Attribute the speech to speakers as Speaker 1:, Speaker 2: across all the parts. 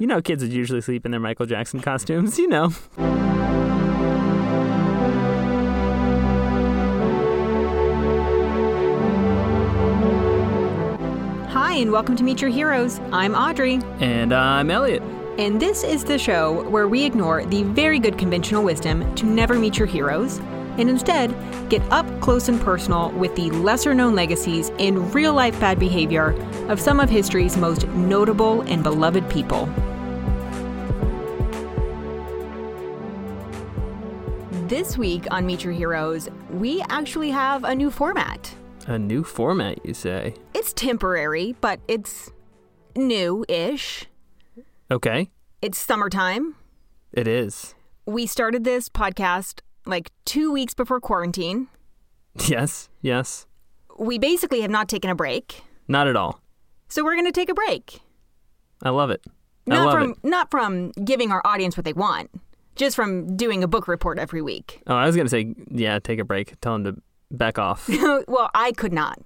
Speaker 1: You know, kids would usually sleep in their Michael Jackson costumes, you know.
Speaker 2: Hi, and welcome to Meet Your Heroes. I'm Audrey,
Speaker 1: And uh, I'm Elliot.
Speaker 2: and this is the show where we ignore the very good conventional wisdom to never meet your heroes and instead get up close and personal with the lesser known legacies and real life bad behavior of some of history's most notable and beloved people. This week on Meet Your Heroes, we actually have a new format.
Speaker 1: A new format, you say?
Speaker 2: It's temporary, but it's new ish.
Speaker 1: Okay,
Speaker 2: It's summertime.
Speaker 1: it is.
Speaker 2: We started this podcast like two weeks before quarantine.
Speaker 1: Yes, yes.
Speaker 2: We basically have not taken a break.
Speaker 1: Not at all.
Speaker 2: So we're going to take a break.
Speaker 1: I love it. I
Speaker 2: Not
Speaker 1: love
Speaker 2: from
Speaker 1: it.
Speaker 2: not from giving our audience what they want, just from doing a book report every week.
Speaker 1: Oh, I was going to say, yeah, take a break. Tell him to back off.
Speaker 2: well, I could not.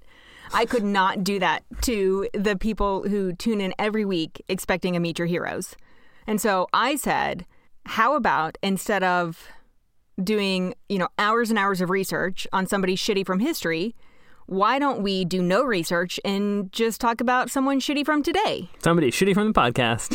Speaker 2: I could not do that to the people who tune in every week expecting a Meet Your Heroes. And so I said, how about instead of doing, you know, hours and hours of research on somebody shitty from history, why don't we do no research and just talk about someone shitty from today?
Speaker 1: Somebody shitty from the podcast.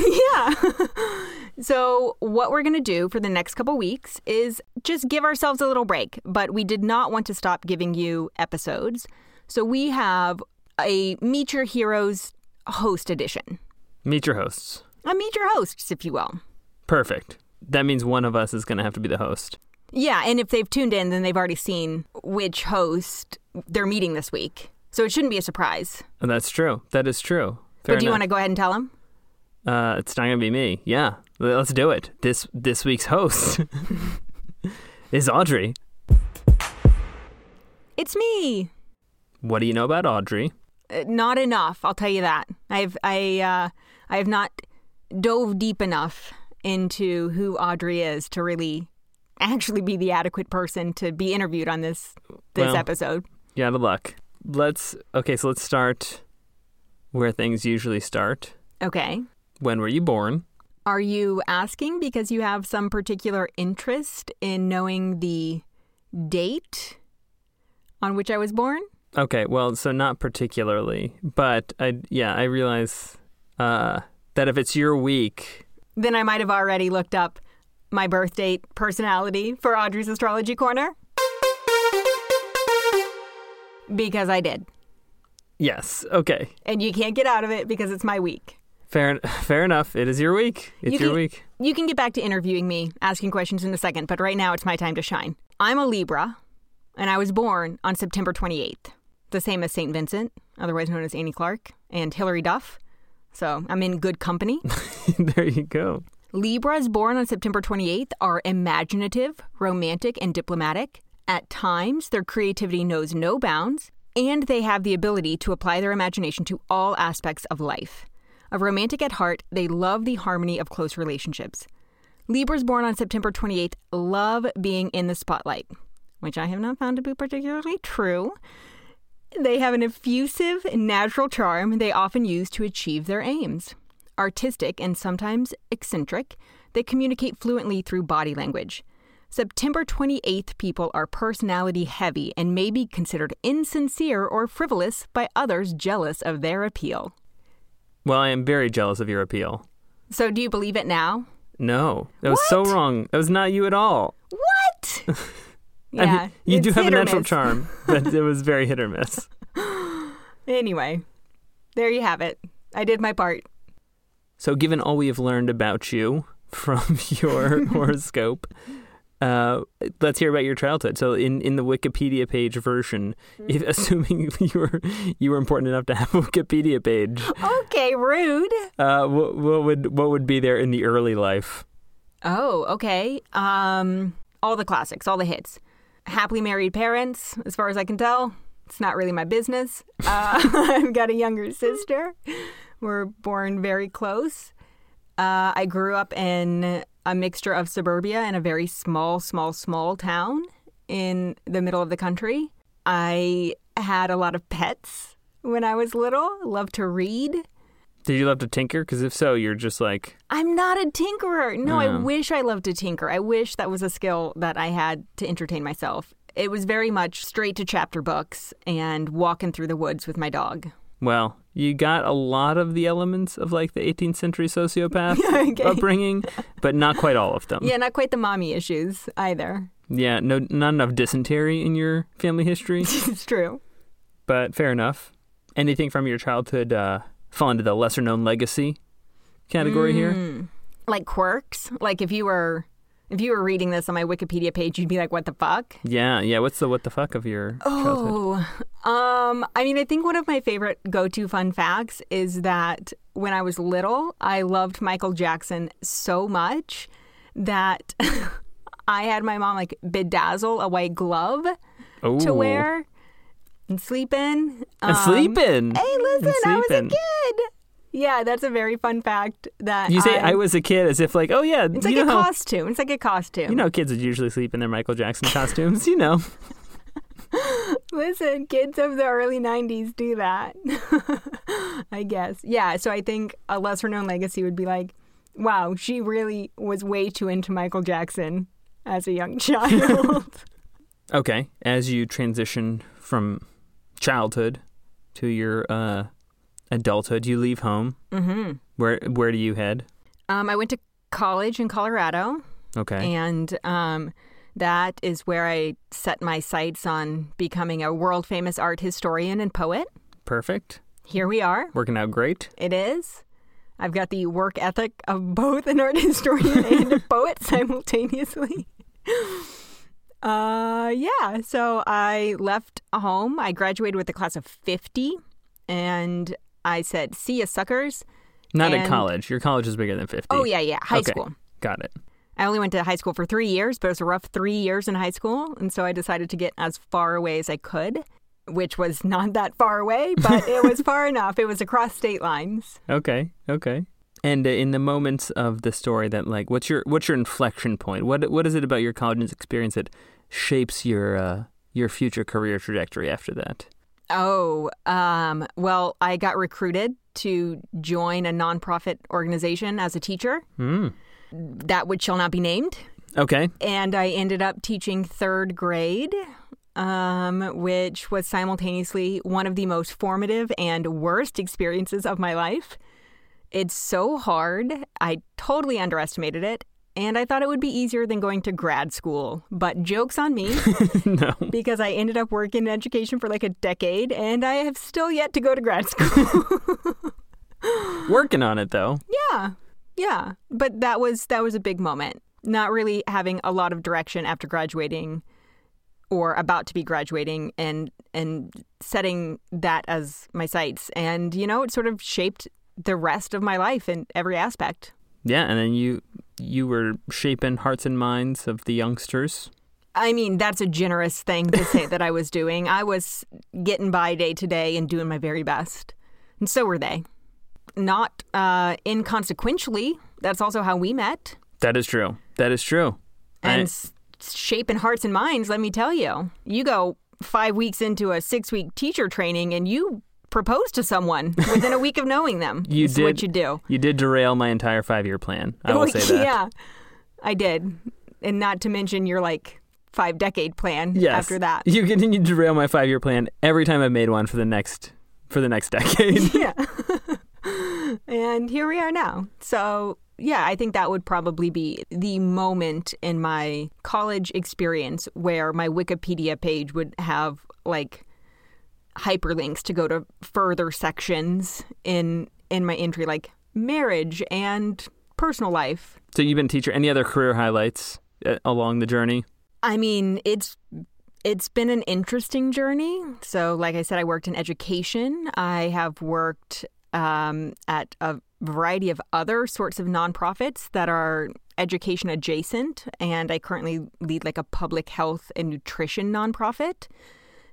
Speaker 2: So, what we're going to do for the next couple weeks is just give ourselves a little break, but we did not want to stop giving you episodes. So, we have a Meet Your Heroes host edition,
Speaker 1: Meet your hosts.
Speaker 2: a Meet Your Hosts, if you will.
Speaker 1: Perfect. That means one of us is going to have to be the host.
Speaker 2: Yeah, and if they've tuned in, then they've already seen which host they're meeting this week. So, it shouldn't be a surprise.
Speaker 1: Oh, that's true. That is true. Fair
Speaker 2: but do you
Speaker 1: enough.
Speaker 2: want to go ahead and tell them?
Speaker 1: Uh, it's not gonna be me. Yeah, L- let's do it. This this week's host is Audrey.
Speaker 2: It's me.
Speaker 1: What do you know about Audrey?
Speaker 2: Uh, Not enough, I'll tell you that. I've I uh, I have not dove deep enough into who Audrey is to really actually be the adequate person to be interviewed on this this
Speaker 1: Well.
Speaker 2: episode.
Speaker 1: You out of luck. Let's okay. So let's start where things usually start.
Speaker 2: Okay.
Speaker 1: When were you born?
Speaker 2: Are you asking because you have some particular interest in knowing the date on which I was born?
Speaker 1: Okay, well, so not particularly, but I yeah I realize uh, that if it's your week,
Speaker 2: Then I might have already looked up my birth date personality for Audrey's Astrology Corner. Because I did.
Speaker 1: yes. Okay,
Speaker 2: and you can't get out of it because it's my week.
Speaker 1: fair en- fair enough. It is your week. It's
Speaker 2: You
Speaker 1: your
Speaker 2: can-
Speaker 1: week.
Speaker 2: You can get back to interviewing me, asking questions in a second, but right now it's my time to shine. I'm a Libra, and I was born on September 28th, the same as St. Vincent, otherwise known as Annie Clark, and Hillary Duff. So I'm in good company.
Speaker 1: there you go.
Speaker 2: Libras born on September 28th are imaginative, romantic, and diplomatic. At times, their creativity knows no bounds, and they have the ability to apply their imagination to all aspects of life. A romantic at heart, they love the harmony of close relationships. Libras born on September 28th love being in the spotlight, which I have not found to be particularly true. They have an effusive, natural charm they often use to achieve their aims. Artistic and sometimes eccentric, they communicate fluently through body language. September 28th people are personality heavy and may be considered insincere or frivolous by others jealous of their appeal.
Speaker 1: Well, I am very jealous of your appeal.
Speaker 2: So, do you believe it now?
Speaker 1: No, that was so
Speaker 2: What?
Speaker 1: wrong. That was not you at all.
Speaker 2: What? yeah.
Speaker 1: I mean, you do
Speaker 2: it's
Speaker 1: have a
Speaker 2: hit or
Speaker 1: natural
Speaker 2: miss.
Speaker 1: charm, but it was very hit or miss.
Speaker 2: Anyway, there you have it. I did my part.
Speaker 1: So, given all we have learned about you from your horoscope, uh, let's hear about your childhood. So, in, in the Wikipedia page version, if,
Speaker 2: Mm-hmm.
Speaker 1: assuming you were you were important enough to have a Wikipedia page,
Speaker 2: Okay, rude.
Speaker 1: uh, what, what would what would be there in the early life?
Speaker 2: Oh, okay. Um, all the classics, all the hits. Happily married parents, as far as I can tell. It's not really my business. Uh, I've got a younger sister. We're born very close. Uh, I grew up in a mixture of suburbia and a very small, small, small town in the middle of the country. I had a lot of pets when I was little, loved to read.
Speaker 1: Did you love to tinker? Because if so, you're just like
Speaker 2: I'm not a tinkerer. No, I
Speaker 1: Yeah.
Speaker 2: wish I loved to tinker. I wish that was a skill that I had to entertain myself. It was very much straight to chapter books and walking through the woods with my dog.
Speaker 1: Well, you got a lot of the elements of like the 18th century sociopath
Speaker 2: Okay.
Speaker 1: upbringing, but not quite all of them.
Speaker 2: Yeah, not quite the mommy issues either.
Speaker 1: Yeah, no, not enough dysentery in your family history,
Speaker 2: it's true.
Speaker 1: but fair enough. Anything from your childhood uh, fall into the lesser known legacy category
Speaker 2: Mm.
Speaker 1: here?
Speaker 2: Like quirks. Like if you were if you were reading this on my Wikipedia page, you'd be like, "What the fuck?"
Speaker 1: Yeah, yeah. What's the what the fuck of your childhood?
Speaker 2: Oh, um, I mean, I think one of my favorite go-to fun facts is that when I was little, I loved Michael Jackson so much that I had my mom like bedazzle a white glove
Speaker 1: Oh,
Speaker 2: to wear and sleep in. Um,
Speaker 1: And sleeping.
Speaker 2: Hey, listen, I was a
Speaker 1: sleeping.
Speaker 2: kid. Yeah, that's a very fun fact that
Speaker 1: You say
Speaker 2: I,
Speaker 1: I was a kid as if like, oh yeah,
Speaker 2: It's
Speaker 1: you
Speaker 2: like
Speaker 1: know
Speaker 2: a
Speaker 1: how-
Speaker 2: costume. It's like a costume.
Speaker 1: you know, how kids would usually sleep in their Michael Jackson costumes. You know,
Speaker 2: Listen, kids of the early 90s do that. I guess. Yeah, so I think a lesser known legacy would be like, wow, she really was way too into Michael Jackson as a young child.
Speaker 1: Okay, as you transition from childhood to your uh, adulthood, you leave home.
Speaker 2: mm-hmm.
Speaker 1: Where where do you head?
Speaker 2: um, I went to college in Colorado,
Speaker 1: Okay,
Speaker 2: and um, that is where I set my sights on becoming a world famous art historian and poet.
Speaker 1: perfect.
Speaker 2: Here we are.
Speaker 1: Working out great.
Speaker 2: It is. I've got the work ethic of both an art historian and a poet simultaneously. Uh, yeah. So I left home. I graduated with a class of 50, and I said, See ya, suckers.
Speaker 1: Not at
Speaker 2: And-
Speaker 1: college. Your college is bigger than fifty.
Speaker 2: Oh, yeah, yeah. High
Speaker 1: Okay.
Speaker 2: school.
Speaker 1: got it.
Speaker 2: I only went to high school for three years, but it was a rough three years in high school. And so I decided to get as far away as I could, which was not that far away, but it was far enough. It was across state lines.
Speaker 1: Okay, okay. And uh, in the moments of the story that like, what's your what's your inflection point? What what is it about your college experience that shapes your uh, your future career trajectory after that?
Speaker 2: Oh, um, well, I got recruited to join a nonprofit organization as a teacher
Speaker 1: Hmm.
Speaker 2: that which shall not be named.
Speaker 1: Okay.
Speaker 2: And I ended up teaching third grade, um, which was simultaneously one of the most formative and worst experiences of my life. It's so hard. I totally underestimated it. And I thought it would be easier than going to grad school. But joke's on me
Speaker 1: no.
Speaker 2: because I ended up working in education for like a decade and I have still yet to go to grad school.
Speaker 1: Working on it though.
Speaker 2: yeah. Yeah. But that was that was a big moment. Not really having a lot of direction after graduating or about to be graduating and and setting that as my sights and you know it sort of shaped the rest of my life in every aspect.
Speaker 1: Yeah, and then you you were shaping hearts and minds of the youngsters.
Speaker 2: I mean, that's a generous thing to say that I was doing. I was getting by day to day and doing my very best. And so were they. Not uh, inconsequentially, that's also how we met.
Speaker 1: That is true. That is true.
Speaker 2: And
Speaker 1: I-
Speaker 2: s shaping hearts and minds, let me tell you. You go five weeks into a six week teacher training and you propose to someone within a week of knowing them.
Speaker 1: You
Speaker 2: It's what
Speaker 1: did.
Speaker 2: you do.
Speaker 1: you did derail my entire five year plan. I will say that.
Speaker 2: Yeah, I did. And not to mention your like five decade plan
Speaker 1: Yes.
Speaker 2: after that.
Speaker 1: You continue to derail my five year plan every time I've made one for the next for the next decade.
Speaker 2: yeah. and here we are now. So, yeah, I think that would probably be the moment in my college experience where my Wikipedia page would have like hyperlinks to go to further sections in in my entry like marriage and personal life.
Speaker 1: so you've been a teacher. Any other career highlights uh, along the journey?
Speaker 2: I mean, it's it's been an interesting journey. So, like I said, I worked in education. I have worked um, at a variety of other sorts of nonprofits that are education adjacent, and I currently lead like a public health and nutrition nonprofit.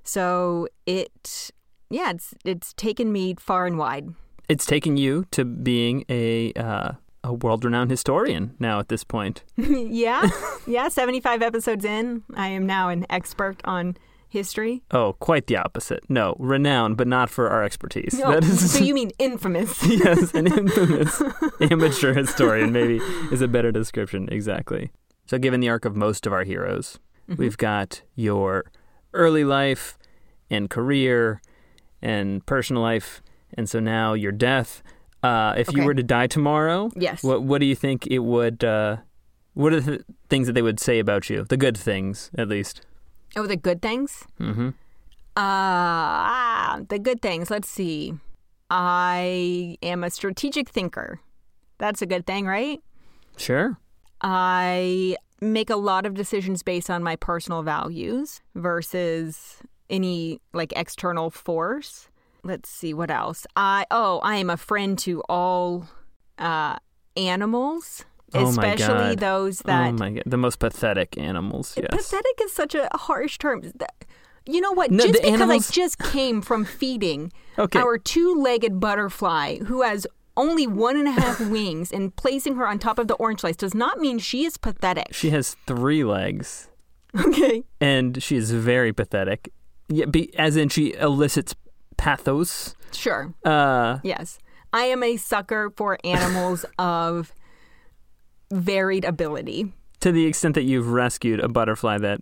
Speaker 2: So it, yeah, it's it's taken me far and wide.
Speaker 1: It's taken you to being a uh, a world renowned historian now at this point.
Speaker 2: yeah, yeah. Seventy five episodes in, I am now an expert on history?
Speaker 1: Oh, quite the opposite. No, renowned, but not for our expertise.
Speaker 2: No.
Speaker 1: That is
Speaker 2: so you mean infamous?
Speaker 1: yes, an infamous amateur historian maybe is a better description. Exactly. So, given the arc of most of our heroes,
Speaker 2: Mm-hmm.
Speaker 1: we've got your early life and career and personal life, and so now your death. Uh, if you
Speaker 2: Okay.
Speaker 1: were to die tomorrow,
Speaker 2: Yes.
Speaker 1: what what do you think it would? Uh, what are the things that they would say about you? The good things, at least.
Speaker 2: Oh, the good things?
Speaker 1: Mm-hmm.
Speaker 2: Uh, the good things. Let's see. I am a strategic thinker. That's a good thing, right?
Speaker 1: Sure.
Speaker 2: I make a lot of decisions based on my personal values versus any like external force. Let's see what else. I oh, I am a friend to all uh animals,
Speaker 1: Oh my
Speaker 2: especially
Speaker 1: God.
Speaker 2: those that
Speaker 1: oh my god, the most pathetic animals. Yes.
Speaker 2: Pathetic is such a harsh term. Th- You know what?
Speaker 1: No,
Speaker 2: just
Speaker 1: the
Speaker 2: because
Speaker 1: animals-
Speaker 2: I just came from feeding
Speaker 1: Okay.
Speaker 2: our two-legged butterfly, who has only one and a half wings, and placing her on top of the orange slice does not mean she is pathetic.
Speaker 1: She has three legs,
Speaker 2: okay.
Speaker 1: and she is very pathetic. Yeah, be, as in she elicits pathos.
Speaker 2: Sure.
Speaker 1: Uh,
Speaker 2: Yes. I am a sucker for animals of varied ability.
Speaker 1: to the extent that you've rescued a butterfly that,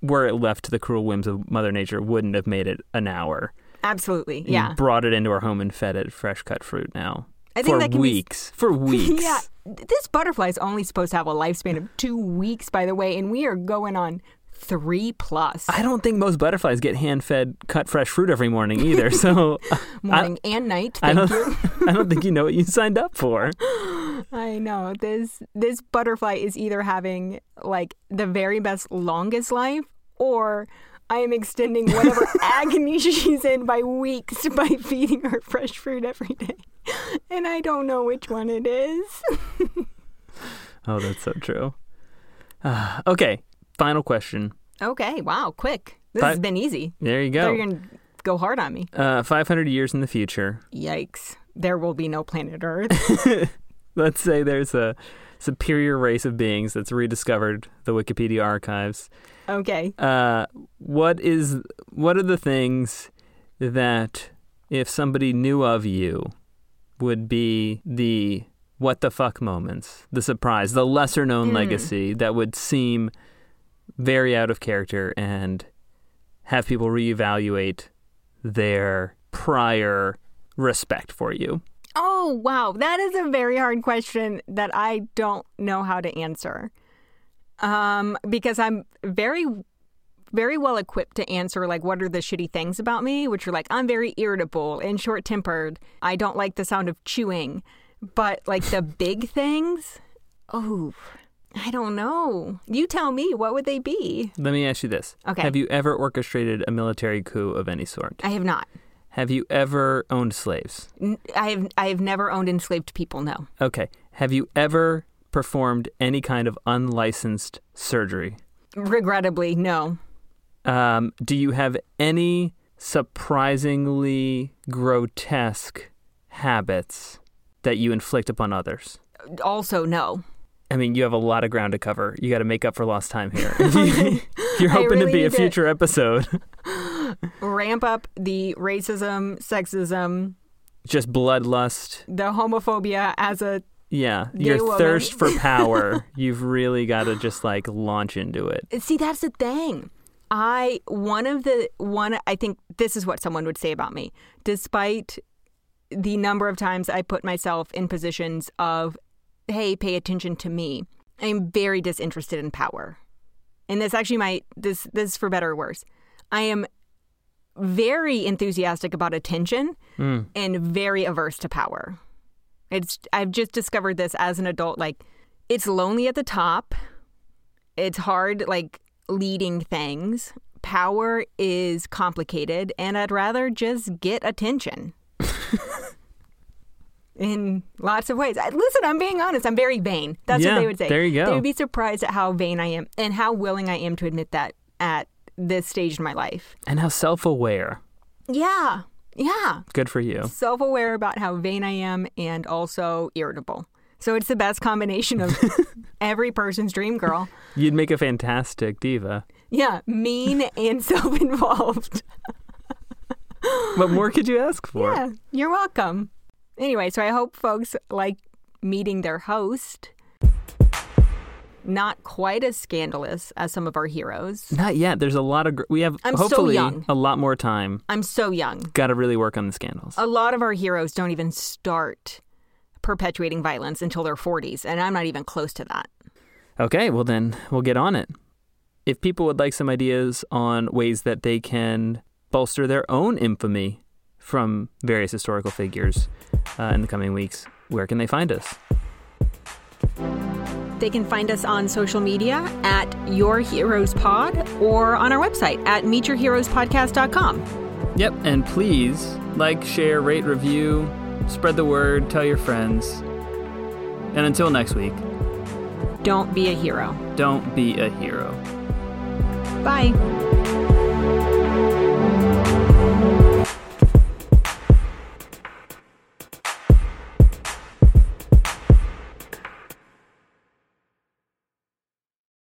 Speaker 1: were it left to the cruel whims of Mother Nature, wouldn't have made it an hour.
Speaker 2: Absolutely.
Speaker 1: You
Speaker 2: Yeah.
Speaker 1: brought it into our home and fed it fresh cut fruit now.
Speaker 2: I think
Speaker 1: for
Speaker 2: that can be s-
Speaker 1: weeks. For weeks.
Speaker 2: Yeah. Th- This butterfly is only supposed to have a lifespan of two weeks, by the way, and we are going on three plus.
Speaker 1: I don't think most butterflies get hand fed cut fresh fruit every morning either. So
Speaker 2: morning and night.
Speaker 1: I
Speaker 2: Thank
Speaker 1: don't
Speaker 2: you.
Speaker 1: I don't think you know what you signed up for.
Speaker 2: I know this this butterfly is either having like the very best longest life, or I am extending whatever agony she's in by weeks by feeding her fresh fruit every day, and I don't know which one it is.
Speaker 1: Oh, that's so true. Uh, okay, final question.
Speaker 2: Okay, wow, quick. This
Speaker 1: Fi-
Speaker 2: has been easy.
Speaker 1: There you
Speaker 2: They're
Speaker 1: go.
Speaker 2: gonna go hard on me.
Speaker 1: Uh, 500 years in the future,
Speaker 2: Yikes! There will be no planet Earth.
Speaker 1: let's say there's a superior race of beings that's rediscovered the Wikipedia archives.
Speaker 2: Okay.
Speaker 1: Uh, what is what are the things that if somebody knew of you would be the what the fuck moments, the surprise, the lesser known legacy that would seem very out of character and have people reevaluate their prior respect for you.
Speaker 2: Oh, wow. That is a very hard question that I don't know how to answer. Um, because I'm very, very well equipped to answer, like, what are the shitty things about me? Which are like, I'm very irritable and short tempered. I don't like the sound of chewing. But, like, the big things, oh, I don't know. You tell me, what would they be?
Speaker 1: Let me ask you this.
Speaker 2: Okay.
Speaker 1: Have you ever orchestrated a military coup of any sort?
Speaker 2: I have not.
Speaker 1: Have you ever owned slaves?
Speaker 2: N- I have, I have never owned enslaved people, no.
Speaker 1: Okay. Have you ever performed any kind of unlicensed surgery?
Speaker 2: Regrettably, no.
Speaker 1: Um, do you have any surprisingly grotesque habits that you inflict upon others?
Speaker 2: Also, no.
Speaker 1: I mean, you have a lot of ground to cover. You got to make up for lost time here. If You're
Speaker 2: I
Speaker 1: hoping
Speaker 2: really
Speaker 1: to be a
Speaker 2: need to-
Speaker 1: future episode.
Speaker 2: ramp up the racism, sexism,
Speaker 1: Just bloodlust.
Speaker 2: the homophobia as a
Speaker 1: Yeah,
Speaker 2: Gay
Speaker 1: your
Speaker 2: woman.
Speaker 1: thirst for power. you've really got to just like launch into it.
Speaker 2: see that's the thing. I one of the one I think this is what someone would say about me. Despite the number of times I put myself in positions of hey, pay attention to me. I'm very disinterested in power. And this actually might this this is for better or worse. I am very enthusiastic about attention
Speaker 1: Mm.
Speaker 2: and very averse to power. It's I've just discovered this as an adult like it's lonely at the top. It's hard like leading things. Power is complicated and I'd rather just get attention. In lots of ways. I- Listen, I'm being honest. I'm very vain. That's
Speaker 1: Yeah,
Speaker 2: what they would say.
Speaker 1: there you go.
Speaker 2: They would be surprised at how vain I am and how willing I am to admit that at this stage in my life.
Speaker 1: And how self aware.
Speaker 2: Yeah. Yeah
Speaker 1: Good for you.
Speaker 2: self aware about how vain I am and also irritable. So it's the best combination of every person's dream girl.
Speaker 1: You'd make a fantastic diva.
Speaker 2: Yeah, mean and self involved.
Speaker 1: What more could you ask for?
Speaker 2: Yeah, you're welcome. Anyway, so I hope folks like meeting their host. Not quite as scandalous as some of our heroes.
Speaker 1: Not yet. There's a lot of. Gr- we have
Speaker 2: I'm so
Speaker 1: hopefully
Speaker 2: young.
Speaker 1: a lot more time.
Speaker 2: I'm so young.
Speaker 1: Got to really work on the scandals.
Speaker 2: A lot of our heroes don't even start perpetuating violence until their 40s, and I'm not even close to that.
Speaker 1: Okay, well then we'll get on it. If people would like some ideas on ways that they can bolster their own infamy from various historical figures uh, in the coming weeks, where can they find us?
Speaker 2: They can find us on social media at Your Heroes Pod or on our website at meetyourheroespodcast.com.
Speaker 1: Yep, and please like, share, rate, review, spread the word, tell your friends. And until next week,
Speaker 2: Don't be a hero.
Speaker 1: don't be a hero.
Speaker 2: Bye.